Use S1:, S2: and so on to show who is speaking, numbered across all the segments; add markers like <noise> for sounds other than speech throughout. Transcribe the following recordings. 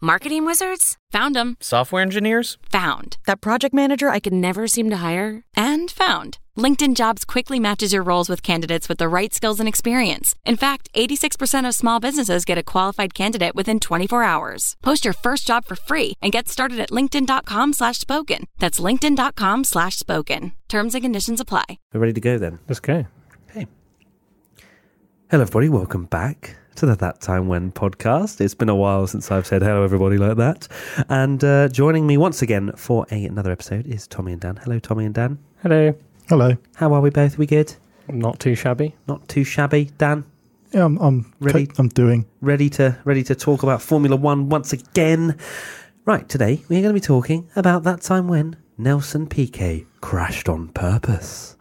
S1: Marketing wizards? Found them.
S2: Software engineers?
S1: Found.
S3: That project manager I could never seem to hire?
S1: And found. LinkedIn Jobs quickly matches your roles with candidates with the right skills and experience. In fact, 86% of small businesses get a qualified candidate within 24 hours. Post your first job for free and get started at linkedin.com slash spoken. That's linkedin.com slash spoken. Terms and conditions apply.
S4: We're ready to go then.
S5: Let's go.
S4: Hey. Hello, everybody. Welcome back to the That Time When podcast. It's been a while since I've said hello, everybody, like that. And uh, joining me once again for a, another episode is Tommy and Dan. Hello, Tommy and Dan.
S5: Hello.
S6: Hello.
S4: How are we both? we good?
S5: Not too shabby.
S4: Not too shabby. Dan,
S6: Yeah, I'm. I'm
S4: Ready?
S6: I'm doing.
S4: ready to ready to talk about Formula One once again. Right, today we're going to be talking about that time when Nelson Piquet crashed on purpose.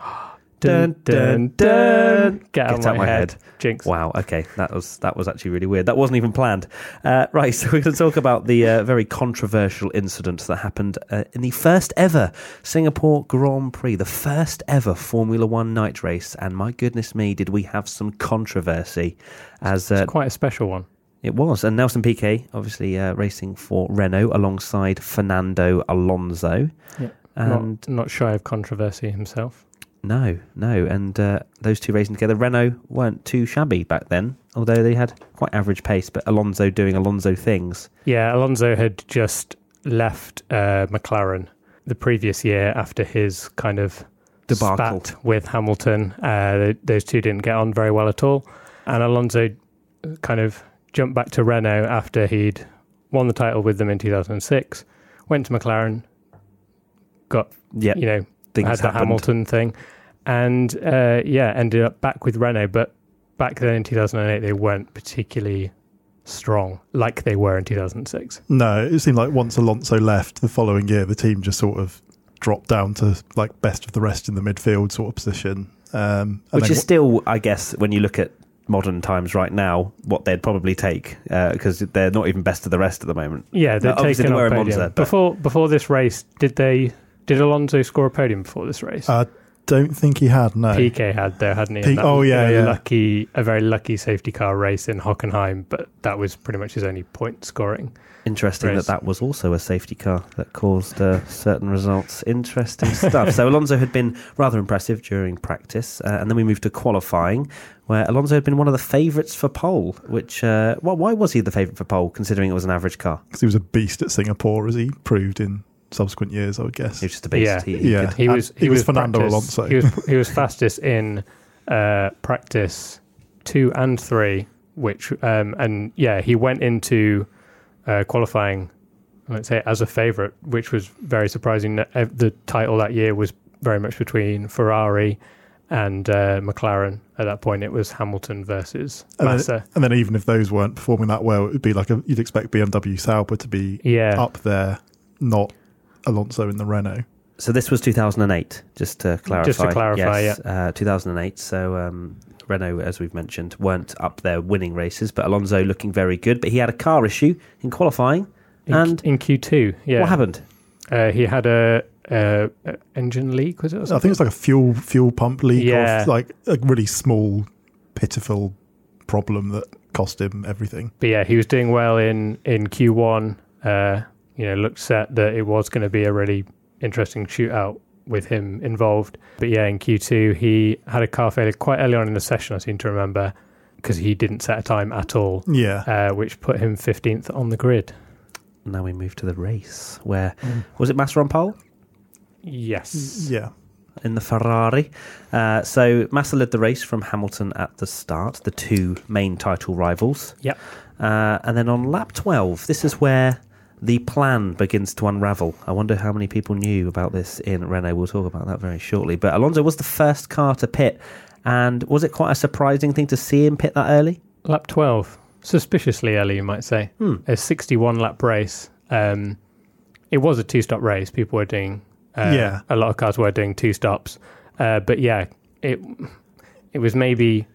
S4: Dun, dun, dun.
S5: Get, out, of my head. Jinx.
S4: Wow. Okay, that was that was actually really weird. That wasn't even planned. Uh, right. <laughs> So we're going to talk about the uh, very controversial incident that happened uh, in the first ever Singapore Grand Prix, the first ever Formula One night race. And my goodness me, did we have some controversy? As uh,
S5: It's quite a special one.
S4: it was. And Nelson Piquet, obviously uh, racing for Renault alongside Fernando Alonso.
S5: Yeah.
S4: And
S5: not, not shy of controversy himself.
S4: no, no. And uh, those two racing together, Renault weren't too shabby back then, although they had quite average pace, but Alonso doing Alonso things.
S5: Yeah, Alonso had just left uh, McLaren the previous year after his kind of
S4: Debacle.
S5: spat with Hamilton. Uh, th- those two didn't get on very well at all, and Alonso kind of jumped back to Renault after he'd won the title with them in 2006. Went to McLaren, got
S4: Yeah,
S5: you know
S4: things
S5: had the
S4: happened.
S5: Hamilton thing, and uh, yeah, ended up back with Renault. But back then in 2008, they weren't particularly strong like they were in 2006.
S6: No, it seemed like once Alonso left the following year, the team just sort of dropped down to like best of the rest in the midfield sort of position. Um, and
S4: Which
S6: then
S4: is still, I guess, when you look at modern times right now, what they'd probably take because they're not even best of the rest at the moment.
S5: Yeah, they're
S4: Uh, obviously
S5: taking
S4: they
S5: up
S4: were in
S5: podium.
S4: Monza, but-
S5: before before this race. Did they? Did Alonso score a podium before this race?
S4: Uh,
S6: I don't think he had no.
S5: PK had though, hadn't he?
S6: P-
S5: And that
S6: oh,
S5: was
S6: yeah,
S5: a
S6: yeah.
S5: lucky, a very lucky safety car race in Hockenheim, but that was pretty much his only point scoring.
S4: Interesting that
S5: Race.
S4: that was also a safety car that caused uh, certain results. Interesting stuff. So Alonso had been rather impressive during practice, uh, and then we moved to qualifying, where Alonso had been one of the favourites for pole. Which, uh, well, why was he the favourite for pole, considering it was an average car?
S6: 'Cause he was a beast at Singapore, as he proved in subsequent years, I would guess.
S4: He was just a beast.
S5: Yeah.
S4: He- he
S6: yeah,
S4: could-
S5: He
S6: And
S5: was
S6: he, was, Fernando
S5: practice-
S6: Alonso.
S5: He
S6: <laughs>
S5: was he was fastest in uh, practice two and three, which um, and yeah, he went into uh, qualifying. Let's say as a favourite, which was very surprising. That, uh, The title that year was very much between Ferrari and uh, McLaren. At that point, it was Hamilton versus
S6: and,
S5: Massa.
S6: then, and then even if those weren't performing that well, it would be like a, you'd expect BMW Sauber to be
S5: Yeah.
S6: up there, not Alonso in the Renault.
S4: So this was 2008, just to clarify.
S5: Just to clarify,
S4: yes, Uh, 2008. So um, Renault, as we've mentioned, weren't up there winning races, but Alonso looking very good. But he had a car issue in qualifying.
S5: In,
S4: and
S5: in Q two, yeah,
S4: what happened?
S5: Uh, he had a, a, a engine leak. Was it? or
S6: I think it's like a fuel fuel pump leak,
S5: Yeah.
S6: or like a really small, pitiful problem that cost him everything.
S5: but yeah, he was doing well in in Q1. Uh, you know, looked set that it was going to be a really interesting shootout with him involved. But yeah, in Q2, he had a car failure quite early on in the session. I seem to remember because he didn't set a time at all,
S6: Yeah,
S5: uh, which put him 15th on the grid.
S4: Now we move to the race, where
S6: Hmm.
S4: was it Massa on pole
S5: Yes.
S6: yeah.
S4: in the Ferrari? Uh, so Massa led the race from Hamilton at the start, the two main title rivals.
S5: Yep.
S4: Uh, and then on lap 12, this is where the plan begins to unravel. I wonder how many people knew about this in Renault. We'll talk about that very shortly. But Alonso was the first car to pit. And was it quite a surprising thing to see him pit that early?
S5: Lap 12. Suspiciously early, you might say. A 61 lap race. Um, it was a two stop race. People were doing, uh,
S6: Yeah.
S5: a lot of cars were doing two stops. Uh, but yeah, it it was maybe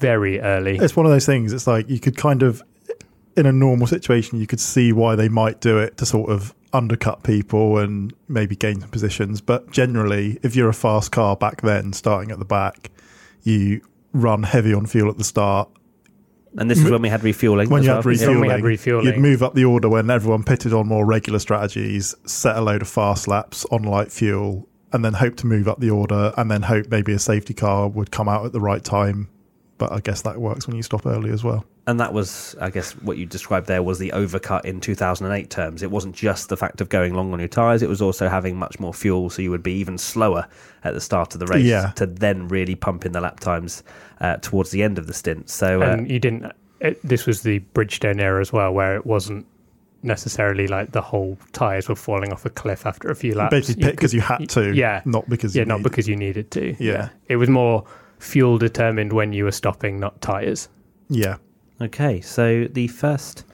S5: very early.
S6: It's one of those things. It's like you could kind of, in a normal situation, you could see why they might do it to sort of undercut people and maybe gain some positions. But generally, if you're a fast car back then, starting at the back, you run heavy on fuel at the start.
S4: And this is when we had refueling.
S6: Mm-hmm. When
S4: as
S6: you
S4: well. Yeah.
S6: had
S5: when
S6: refueling,
S5: we had refueling.
S6: you'd move up the order when everyone pitted on more regular strategies, set a load of fast laps on light fuel, and then hope to move up the order, and then hope maybe a safety car would come out at the right time. But I guess that works when you stop early as well.
S4: And that was, I guess, what you described there was the overcut in 2008 terms. It wasn't just the fact of going long on your tyres, it was also having much more fuel, so you would be even slower at the start of the race
S6: Yeah.
S4: to then really pump in the lap times uh, towards the end of the stint. So, uh,
S5: and you didn't. It, this was the Bridgestone era as well, where it wasn't necessarily like the whole tires were falling off a cliff after a few laps.
S6: Basically,
S5: You
S6: pit because you had to,
S5: yeah,
S6: not because
S5: yeah,
S6: you
S5: not
S6: needed
S5: because you needed to.
S6: Yeah.
S5: it was more fuel determined when you were stopping, not tires.
S6: Yeah.
S4: okay, so the first.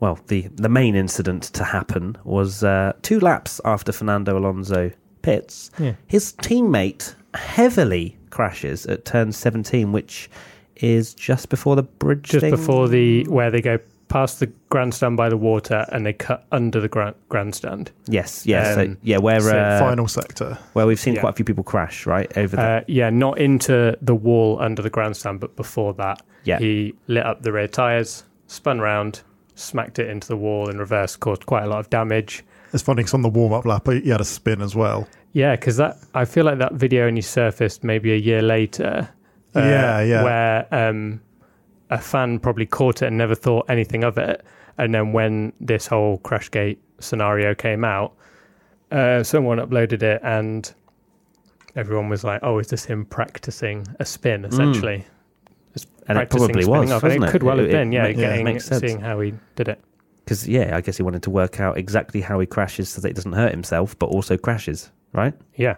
S4: Well, the, the main incident to happen was uh, two laps after Fernando Alonso pits.
S5: Yeah.
S4: His teammate heavily crashes at turn 17, which is just before the bridge.
S5: Just
S4: thing.
S5: before the where they go past the grandstand by the water and they cut under the grand, grandstand.
S4: Yes, yes, so,
S5: Um,
S4: yeah. Where
S5: so
S4: uh,
S6: Final sector.
S4: where we've seen
S5: yeah.
S4: quite a few people crash, right over there.
S5: Uh, yeah, not into the wall under the grandstand, but before that,
S4: Yeah.
S5: he lit up the rear tyres, spun round, smacked it into the wall in reverse, caused quite a lot of damage.
S6: It's funny 'cause on the warm up lap, he had a spin as well.
S5: Yeah, because that I feel like that video only surfaced maybe a year later. uh,
S6: Yeah, yeah.
S5: Where um, a fan probably caught it and never thought anything of it, and then when this whole Crashgate scenario came out, uh, someone uploaded it and everyone was like, "Oh, is this him practicing a
S6: Mm.
S5: spin?" Essentially, It's
S4: And it
S5: practicing
S4: probably
S5: spinning
S4: was,
S5: off, and
S4: wasn't
S5: it
S4: it?
S5: could well
S4: It-
S5: have
S4: it
S5: been. Yeah,
S4: makes-
S6: yeah,
S5: getting
S4: makes sense.
S5: seeing how he did it.
S4: Because yeah, I guess he wanted to work out exactly how he crashes so that he doesn't hurt himself, but also crashes, right?
S5: Yeah,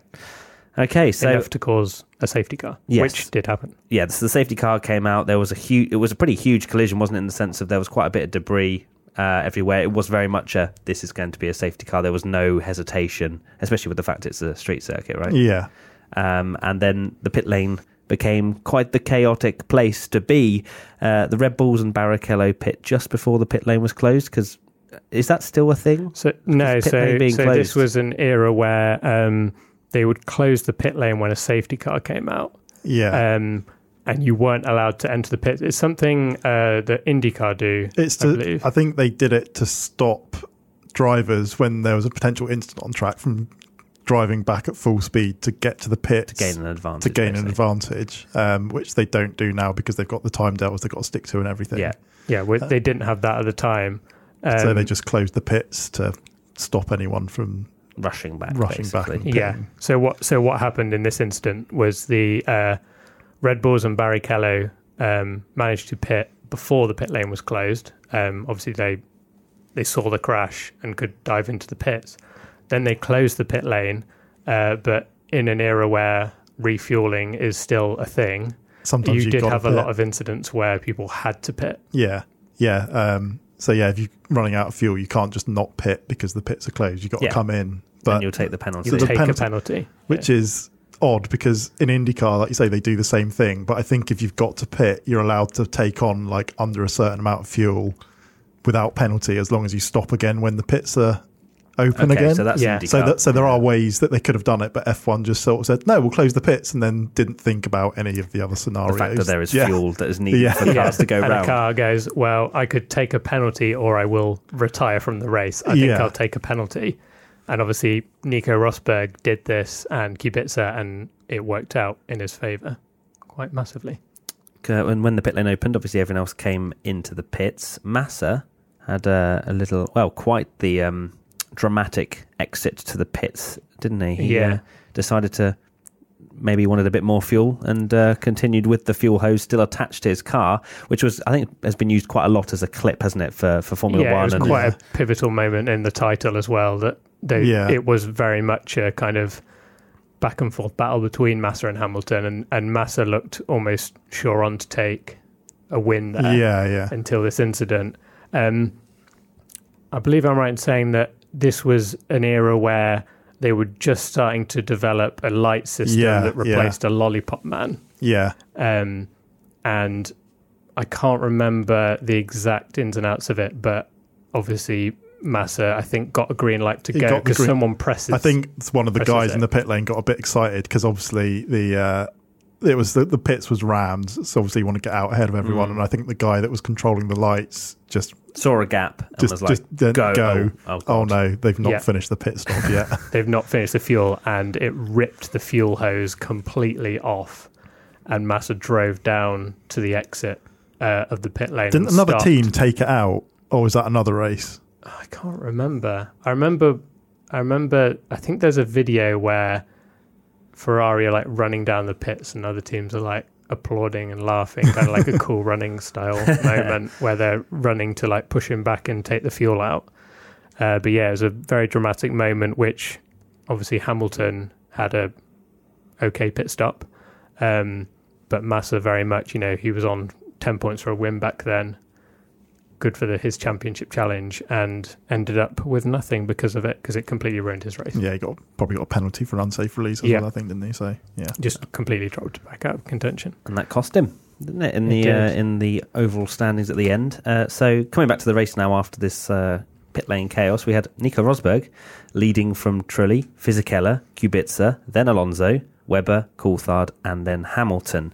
S4: Okay, so
S5: enough to cause a safety car,
S4: Yes.
S5: which did happen.
S4: yeah, so the safety car came out. There was a huge, it was a pretty huge collision, wasn't it? In the sense of there was quite a bit of debris uh, everywhere. It was very much a this is going to be a safety car. There was no hesitation, especially with the fact it's a street circuit, right?
S6: Yeah.
S4: um, and then the pit lane became quite the chaotic place to be. Uh, the Red Bulls and Barrichello pit just before the pit lane was closed because is that still a thing?
S5: So no,
S4: pit
S5: so,
S4: lane being
S5: so this
S4: closed.
S5: was an era where um, they would close the pit lane when a safety car came out,
S6: Yeah.
S5: um, and you weren't allowed to enter the pit. It's something uh, that IndyCar do.
S6: it's
S5: I
S6: to,
S4: uh,
S5: believe.
S6: I, think they did it to stop drivers when there was a potential incident on track from driving back at full speed to get to the pits
S4: To gain an advantage.
S6: to gain an
S4: basically.
S6: advantage, um, which they don't do now because they've got the time deltas they've got to stick to and everything.
S4: Yeah.
S5: yeah, we,
S4: uh,
S5: they didn't have that at the time. Um,
S6: so they just closed the pits to stop anyone from
S4: Rushing back.
S6: rushing
S4: basically.
S6: back. And
S5: yeah.
S6: pitting.
S5: So what? So what happened in this incident was the uh, Red Bulls and Barrichello um, managed to pit before the pit lane was closed. Um, obviously, they they saw the crash and could dive into the pits. Then they closed the pit lane, uh, but in an era where refueling is still a thing,
S6: Sometimes
S5: you
S6: you've
S5: did
S6: got to
S5: have a
S6: pit.
S5: lot of incidents where people had to pit.
S6: Yeah, yeah. Um, so yeah, if you're running out of fuel, you can't just not pit because the pits are closed. You've got
S4: Yeah.
S6: to come in,
S4: Then
S6: but
S4: you'll take the penalty.
S6: So the
S5: take
S6: penalty-
S5: a penalty,
S6: which is odd because in IndyCar, like you say, they do the same thing. But I think if you've got to pit, you're allowed to take on like under a certain amount of fuel without penalty, as long as you stop again when the pits are open
S4: okay,
S6: again.
S4: so that's
S5: Yeah.
S4: IndyCar.
S6: so, that, so there are ways that they could have done it, but F1 just sort of said, no, we'll close the pits and then didn't think about any of the other scenarios.
S4: the fact that there is
S6: Yeah.
S4: fuel that
S6: <laughs>
S4: is needed
S6: Yeah.
S4: for the cars to go
S5: and
S4: round.
S5: a car goes, well, I could take a penalty or I will retire from the race. I think
S6: Yeah.
S5: I'll take a penalty. And obviously, Nico Rosberg did this and Kubica, and it worked out in his favour quite massively.
S4: uh, when, when the pit lane opened, obviously everyone else came into the pits. Massa had uh, a little, well, quite the um, dramatic exit to the pits, didn't he? he
S5: Yeah.
S4: uh, decided to maybe he wanted a bit more fuel and uh, continued with the fuel hose still attached to his car, which was I think has been used quite a lot as a clip, hasn't it, for for Formula
S5: yeah,
S4: One?
S5: it was
S4: and
S5: quite a pivotal moment in the title as well. That they,
S6: Yeah.
S5: it was very much a kind of back and forth battle between Massa and Hamilton, and, and Massa looked almost sure on to take a win there.
S6: Yeah, yeah.
S5: until this incident. Um, I believe I'm right in saying that this was an era where they were just starting to develop a light system
S6: Yeah,
S5: that
S6: yeah.
S5: replaced a lollipop man.
S6: Yeah.
S5: Um, and I can't remember the exact ins and outs of it, but obviously Massa, I think, got a green light to
S6: He
S5: go
S6: got the
S5: because
S6: green-
S5: someone presses.
S6: I think it's one of the
S5: Presses
S6: guys
S5: it.
S6: in the pit lane got a bit excited because obviously the uh, it was the, the pits was rammed, so obviously you want to get out ahead of everyone. And I think the guy that was controlling the lights just
S4: Saw a gap and
S6: just
S4: was like,
S6: just
S5: uh,
S6: didn't
S4: go.
S6: go.
S4: Oh,
S6: Oh,
S4: oh, God.
S6: no, they've not
S5: Yeah.
S6: finished the pit stop yet.
S5: they've not finished the fuel and it ripped the fuel hose completely off and Massa drove down to the exit uh, of the pit lane.
S6: Didn't
S5: and
S6: another
S5: stopped.
S6: team take it out, or was that another race?
S5: I can't remember. I remember I remember I think there's a video where Ferrari are like running down the pits and other teams are like applauding and laughing, kind of like a cool running style moment where they're running to like push him back and take the fuel out. Uh, but yeah, it was a very dramatic moment, which obviously Hamilton had a okay pit stop, um, but Massa very much, you know, he was on ten points for a win back then. Good for the, his championship challenge, and ended up with nothing because of it, because it completely ruined his race.
S6: Yeah, he got probably got a penalty for an unsafe release as
S5: Yeah.
S6: well. I think didn't he? So yeah,
S5: Just completely dropped back out of contention.
S4: and that cost him, didn't it? In
S5: It
S4: the uh,
S5: did.
S4: in the overall standings at the end. Uh, so coming back to the race now after this uh, pit lane chaos, we had Nico Rosberg leading from Trulli, Fisichella, Kubica, then Alonso, Weber, Coulthard, and then Hamilton.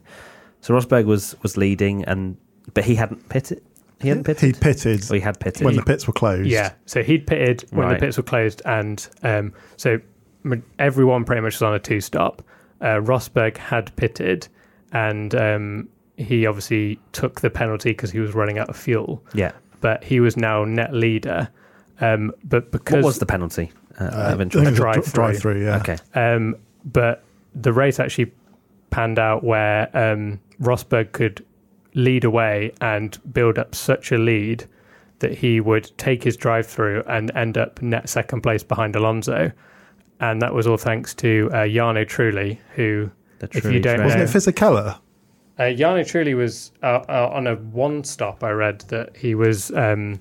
S4: So Rosberg was was leading, and but he hadn't pitted. He hadn't
S6: he
S4: pitted.
S6: pitted
S4: or he had pitted.
S6: when the pits were closed.
S5: Yeah, so he'd pitted when
S4: Right.
S5: the pits were closed, and um, so m- everyone pretty much was on a two stop. Uh, Rosberg had pitted, and um, he obviously took the penalty because he was running out of fuel,
S4: yeah.
S5: but he was now net leader. Um, but
S4: What
S5: because
S4: was the penalty? Uh,
S6: Uh,
S4: of
S6: I think
S4: interest?
S6: it was a
S5: Drive-through.
S6: drive through. Yeah,
S4: Okay.
S5: Um, but the race actually panned out where um, Rosberg could lead away and build up such a lead that he would take his drive through and end up net second place behind Alonso. And that was all thanks to uh, Jarno Trulli, who,
S4: The
S5: if
S4: Trulli
S5: you don't
S4: train.
S5: know,
S6: wasn't it Fisichella?
S5: uh, Jarno Trulli was uh, uh, on a one stop. I read that he was um,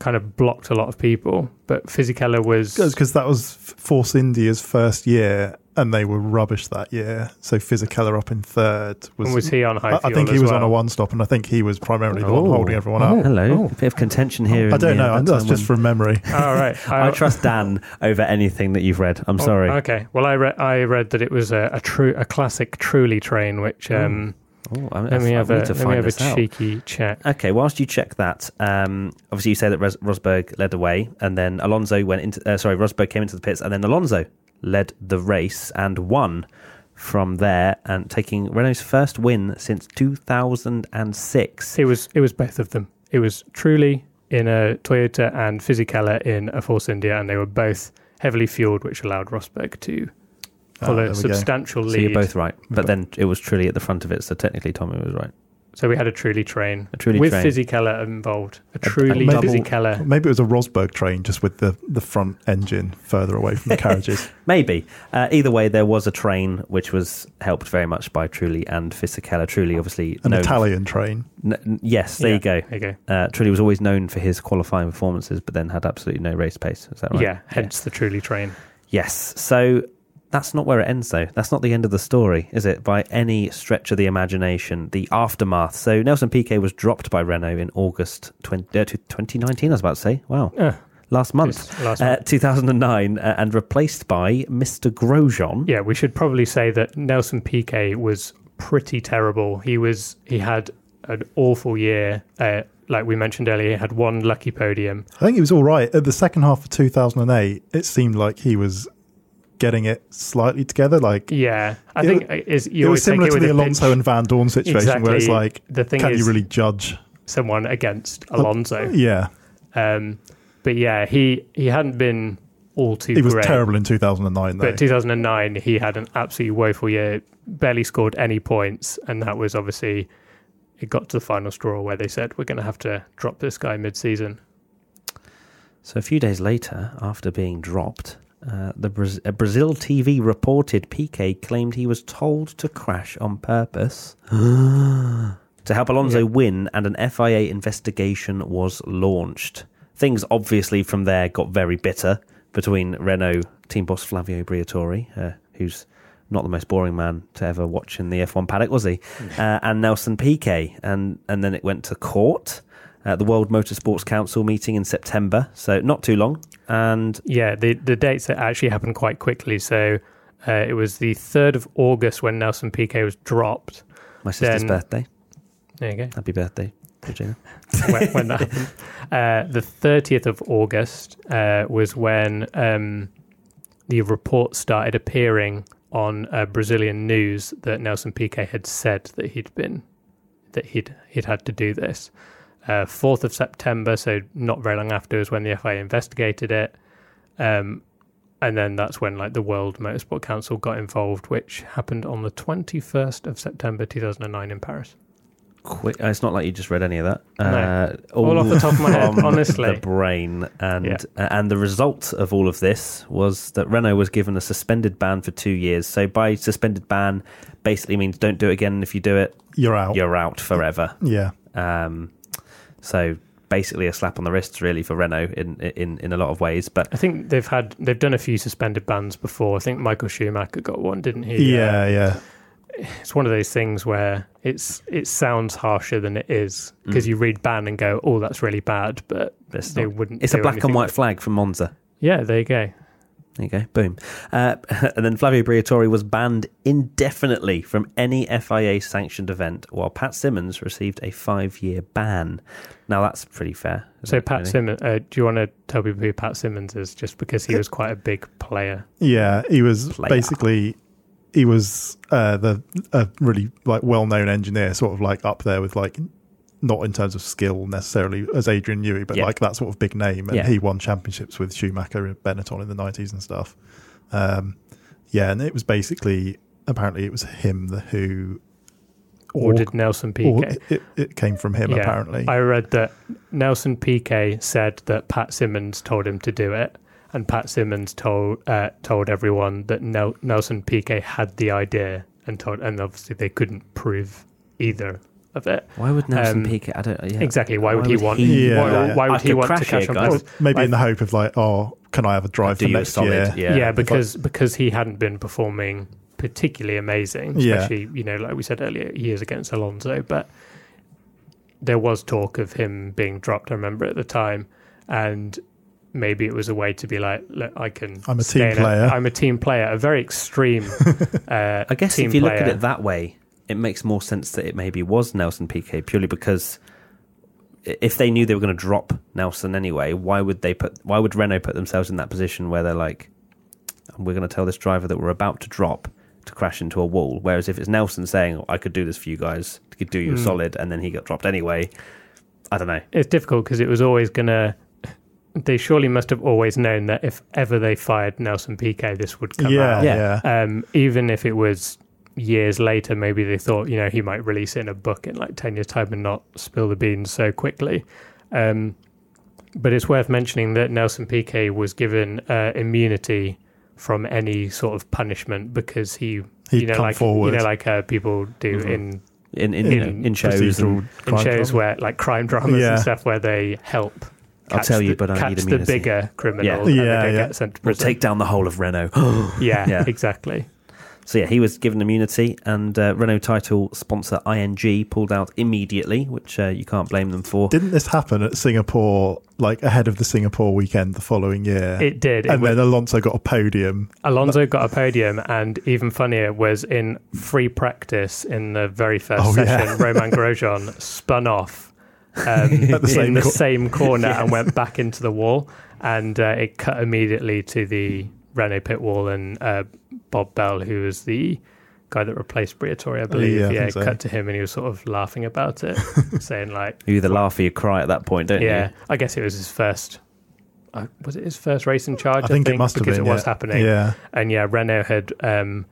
S5: kind of blocked a lot of people, but Fisichella was
S6: because that was F- Force India's first year, and they were rubbish that year. So Fisichella up in third was.
S5: and was he on high?
S6: I, I
S5: fuel
S6: think he
S5: as
S6: was
S5: well?
S6: on a one stop, and I think he was primarily the one
S4: Oh.
S6: holding everyone
S4: Oh,
S6: up.
S4: Hello. A bit of contention here.
S6: I
S4: in
S6: don't
S4: the, uh,
S6: know. I-
S4: that
S6: That's
S4: time
S6: just
S4: when-
S5: <laughs>
S6: from memory.
S5: All
S6: <laughs>
S5: right,
S4: I trust Dan over anything that you've read. I'm
S5: Uh, Oh,
S4: sorry.
S5: Okay. Well, I read I read that it was a, a true a classic truly train, which um,
S4: Oh, I,
S5: let me
S4: I
S5: have
S4: need
S5: a
S4: to
S5: let me
S4: find
S5: have a
S4: this out.
S5: cheeky check.
S4: Okay, whilst you check that, um, obviously you say that Ros- Rosberg led away, and then Alonso went into. Uh, sorry, Rosberg came into the pits, and then Alonso led the race and won from there, and taking Renault's first win since 2006.
S5: It was it was both of them. It was truly in a Toyota and Fisichella in a Force India, and they were both heavily fueled, which allowed Rosberg to
S6: Ah,
S5: follow
S6: there
S5: a
S6: we go.
S5: substantial
S4: So
S5: lead.
S4: you're both right, but then it was truly at the front of it. So technically, Tommy was right.
S5: So we had a truly train
S4: A Trulli
S5: with
S4: train.
S5: Fisichella involved. A truly
S4: double-
S5: Fisichella.
S6: Maybe it was a Rosberg train, just with the, the front engine further away from the
S5: <laughs>
S6: carriages.
S4: Maybe. Uh, either way, there was a train which was helped very much by Truly and Fisichella. Truly, obviously,
S6: An
S4: known-
S6: Italian train.
S4: n- n- yes, there
S5: Yeah,
S4: you go.
S5: There you go.
S4: Uh, Trulli was always known for his qualifying performances, but then had absolutely no race pace. Is that right?
S5: Yeah, hence the truly train.
S4: Yes. So that's not where it ends, though. That's not the end of the story, is it? By any stretch of the imagination, the aftermath. So Nelson Piquet was dropped by Renault in August 20, uh, 2019, I was about to say. Wow.
S5: Uh,
S4: Last month,
S5: just last
S4: uh,
S5: month.
S4: 2009, uh, and replaced by Mr. Grosjean.
S5: Yeah, we should probably say that Nelson Piquet was pretty terrible. He was he had an awful year. Uh, like we mentioned earlier, he had one lucky podium.
S6: I think he was all right. At the second half of 2008, it seemed like he was getting it slightly together. Like
S5: Yeah, I
S6: It
S5: think it is you
S6: it
S5: always
S6: was
S5: think
S6: similar
S5: it
S6: to
S5: with
S6: the
S5: a
S6: Alonso
S5: pinch,
S6: and Van Dorn situation, where it's
S5: Exactly.
S6: like,
S5: The thing
S6: can
S5: is-
S6: you really judge?
S5: someone against Alonso.
S6: Yeah,
S5: Um, but yeah, he he hadn't been all too
S6: he was
S5: great.
S6: terrible in 2009. Though.
S5: But 2009, he had an absolutely woeful year, barely scored any points, and that was obviously it got to the final straw where they said we're going to have to drop this guy mid-season.
S4: So a few days later, after being dropped, uh, the Braz- uh, Brazil TV reported Piquet claimed he was told to crash on purpose to help Alonso
S5: Yeah.
S4: win, and an FIA investigation was launched. Things obviously from there got very bitter between Renault team boss Flavio Briatore, uh, who's not the most boring man to ever
S5: Mm.
S4: watch in the F1 paddock, was he? Uh, and Nelson Piquet, and and then it went to court. uh, the World Motorsports Council meeting in September, so not too long. And
S5: Yeah, the the dates that actually happened quite quickly. So uh, it was the third of August when Nelson Piquet was dropped.
S4: my sister's
S5: Then-
S4: birthday.
S5: There you go.
S4: Happy birthday, Georgina.
S5: <laughs> when, when that happened. Uh, the 30th of August uh, was when um, the report started appearing on uh, Brazilian news that Nelson Piquet had said that he'd been that he'd he'd had to do this. Uh, Fourth of September, so not very long after, is when the FIA investigated it, um, and then that's when like the World Motorsport Council got involved, which happened on the twenty first of September two thousand and nine in Paris.
S4: Quick, uh, it's not like you just read any of that. Uh,
S5: All off the top of my head,
S4: from
S5: honestly.
S4: the brain, and
S5: Yeah.
S4: uh, and the result of all of this was that Renault was given a suspended ban for two years. So by suspended ban, basically means don't do it again. And if you do it,
S6: You're out.
S4: you're out forever.
S6: Yeah.
S4: Um, so basically, a slap on the wrist, really, for Renault in in in a lot of ways. But
S5: I think they've had they've done a few suspended bans before. I think Michael Schumacher got one, didn't he? uh,
S6: Yeah, yeah.
S5: it's one of those things where it's it sounds harsher than it is because you read ban and go, oh, that's really bad, but
S4: Mm. it's,
S5: they
S4: not-
S5: wouldn't.
S4: it's a
S5: do
S4: black
S5: anything.
S4: and white flag from Monza.
S5: Yeah, there you go.
S4: There you go. Boom. Uh, <laughs> and then Flavio Briatore was banned indefinitely from any FIA sanctioned event, while Pat Simmons received a five year ban. Now, that's pretty fair. isn't
S5: So
S4: it,
S5: Pat
S4: really?
S5: Simmons, uh, do you want to tell people who Pat Simmons is? Just because he was quite a big player.
S6: Yeah, he was
S4: Player.
S6: basically he was uh, the a really like well-known engineer, sort of like up there with like not in terms of skill necessarily as Adrian Newey, but
S4: Yeah.
S6: like that sort of big name. And
S4: Yeah.
S6: he won championships with Schumacher and Benetton in the nineties and stuff. Um, yeah, and it was basically apparently it was him the who
S5: Or did Nelson
S6: or
S5: Piquet?
S6: it, it came from him apparently.
S5: I read that Nelson Piquet said that Pat Simmons told him to do it, and Pat Simmons told uh, told everyone that Nel- Nelson Piquet had the idea and told, and obviously they couldn't prove either of it.
S4: Why would Nelson
S5: Um,
S4: Piquet? I don't. Yeah.
S5: Exactly. Why would he want?
S6: Yeah.
S5: why,
S6: yeah.
S5: why
S4: uh, I
S5: would he
S4: could
S5: want to
S4: crash here,
S5: cash on?
S4: guys.
S5: Paul?
S6: Maybe in the hope of like, oh, can I have a drive
S4: do
S6: for
S4: you a
S6: next
S4: solid?
S6: year?
S4: Yeah.
S5: yeah, because because he hadn't been performing particularly amazing
S6: Yeah.
S5: especially you know like we said earlier he is against alonso but there was talk of him being dropped i remember at the time and maybe it was a way to be like look i can
S6: I'm a
S5: stay
S6: team
S5: in it.
S6: player.
S5: i'm a team player a very
S6: <laughs>
S5: extreme uh
S4: I guess
S5: team
S4: if you look at
S5: player.
S4: it that way, it makes more sense that it maybe was Nelson Piquet purely because i- if they knew they were going to drop Nelson anyway, why would they put? Why would Renault put themselves in that position where they're like, "We're going to tell this driver that we're about to drop to crash into a wall"? Whereas if it's Nelson saying, "I could do this for you guys, I could do
S5: Hmm.
S4: you a solid," and then he got dropped anyway, I don't know.
S5: it's difficult because it was always gonna they surely must have always known that if ever they fired nelson piquet this would come out
S6: Yeah,
S4: Yeah.
S6: yeah.
S5: um, even if it was years later, maybe they thought, you know, he might release it in a book in like 10 years' time and not spill the beans so quickly. Um, but it's worth mentioning that Nelson Piquet was given uh, immunity from any sort of punishment because he,
S6: He'd
S5: you know,
S6: come
S5: like
S6: forward. Mm-hmm.
S5: you know, like uh, people do in
S4: In in you know, in,
S5: In
S4: shows, and,
S5: in
S6: Crime
S5: shows
S6: drama.
S5: where like crime dramas
S6: Yeah.
S5: and stuff where they help.
S4: I'll
S5: catch
S4: tell you,
S5: the,
S4: but I need
S5: catch the
S4: immunity.
S5: bigger criminal.
S4: Yeah.
S5: and they
S6: Yeah,
S5: go
S6: yeah.
S5: Get sent to
S4: we'll
S5: prison.
S4: take down the whole of Renault. <laughs> Yeah.
S5: yeah, exactly.
S4: So yeah, he was given immunity, and uh, Renault title sponsor ING pulled out immediately, which uh, you can't blame them for.
S6: Didn't this happen at Singapore, like ahead of the Singapore weekend the following year?
S5: It did. It
S6: and
S5: was-
S6: then Alonso got a podium.
S5: Alonso got a podium, and even funnier was in free practice in the very first
S6: Oh,
S5: session.
S6: <laughs> yeah.
S5: Roman Grosjean spun off um,
S6: <laughs> At the same
S5: in the
S6: cor-
S5: same corner
S6: <laughs>
S5: and went back into the wall, and uh, it cut immediately to the Renault pit wall. And uh, Bob Bell, who was the guy that replaced Briatore, I believe,
S6: yeah, I
S5: yeah,
S6: think so.
S5: cut to him, and he was sort of laughing about
S6: <laughs>
S5: it, saying like,
S4: You either laugh or you cry at that point, don't
S5: "Yeah,
S4: you?
S5: I guess it was his first." Uh, was it his first race in charge?
S6: I think, it must have
S5: because
S6: been
S5: it was
S6: yeah.
S5: happening
S6: Yeah,
S5: and yeah, Renault had um,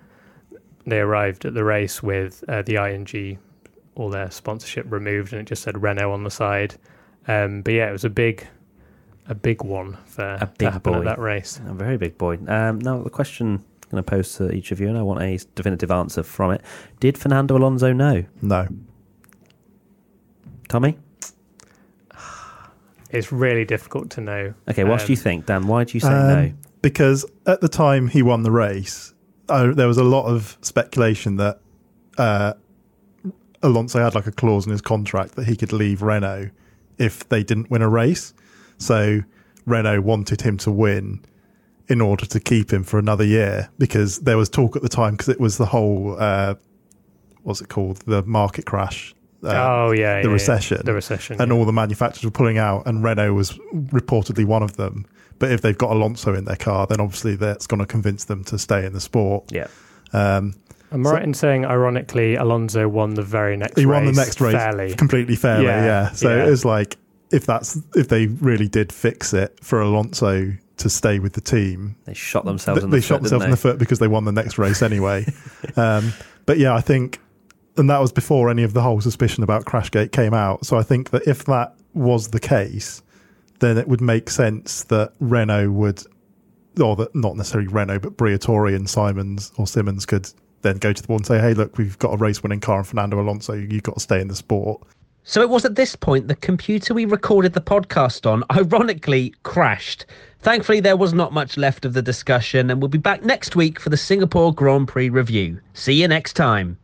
S5: they arrived at the race with uh, the ING all their sponsorship removed, and it just said Renault on the side. Um, but yeah, it was a big, a big one for
S4: A big
S5: to happen
S4: boy.
S5: at that race.
S4: A very big boy. Um, now the question I'm going to pose to each of you, and I want a definitive answer from it: Did Fernando Alonso know?
S6: no.
S4: Tommy.
S5: It's really difficult to know.
S4: Okay, whilst
S5: Um,
S4: you think, Dan, why do you say
S6: Um,
S4: no?
S6: Because at the time he won the race, uh, there was a lot of speculation that uh, Alonso had like a clause in his contract that he could leave Renault if they didn't win a race. So Renault wanted him to win in order to keep him for another year because there was talk at the time because it was the whole uh, what's it called the market crash. uh,
S5: oh yeah,
S6: the
S5: yeah,
S6: recession.
S5: yeah. the recession,
S6: and
S5: yeah.
S6: all the manufacturers were pulling out, and Renault was reportedly one of them. But if they've got Alonso in their car, then obviously that's going to convince them to stay in the sport.
S4: Yeah.
S6: Um,
S5: I'm right in saying, ironically, Alonso won the very next.
S6: he
S5: race
S6: won the next race
S5: fairly.
S6: completely fairly. Yeah.
S5: Yeah,
S6: So
S5: yeah.
S6: it was like if that's if they really did fix it for Alonso to stay with the team,
S4: They shot themselves
S6: Th-
S4: in
S6: they
S4: the
S6: shot
S4: foot,
S6: themselves in
S4: didn't
S6: the foot because they won the next race anyway.
S4: <laughs>
S6: um, but yeah, I think, and that was before any of the whole suspicion about Crashgate came out. So I think that if that was the case, then it would make sense that Renault would, or that not necessarily Renault, but Briatore and Simons or Simmons could then go to the board and say, "Hey, look, we've got a race-winning car, and Fernando Alonso, you've got to stay in the sport."
S2: So it was at this point the computer we recorded the podcast on, ironically, crashed. Thankfully, there was not much left of the discussion, and we'll be back next week for the Singapore Grand Prix review. See you next time.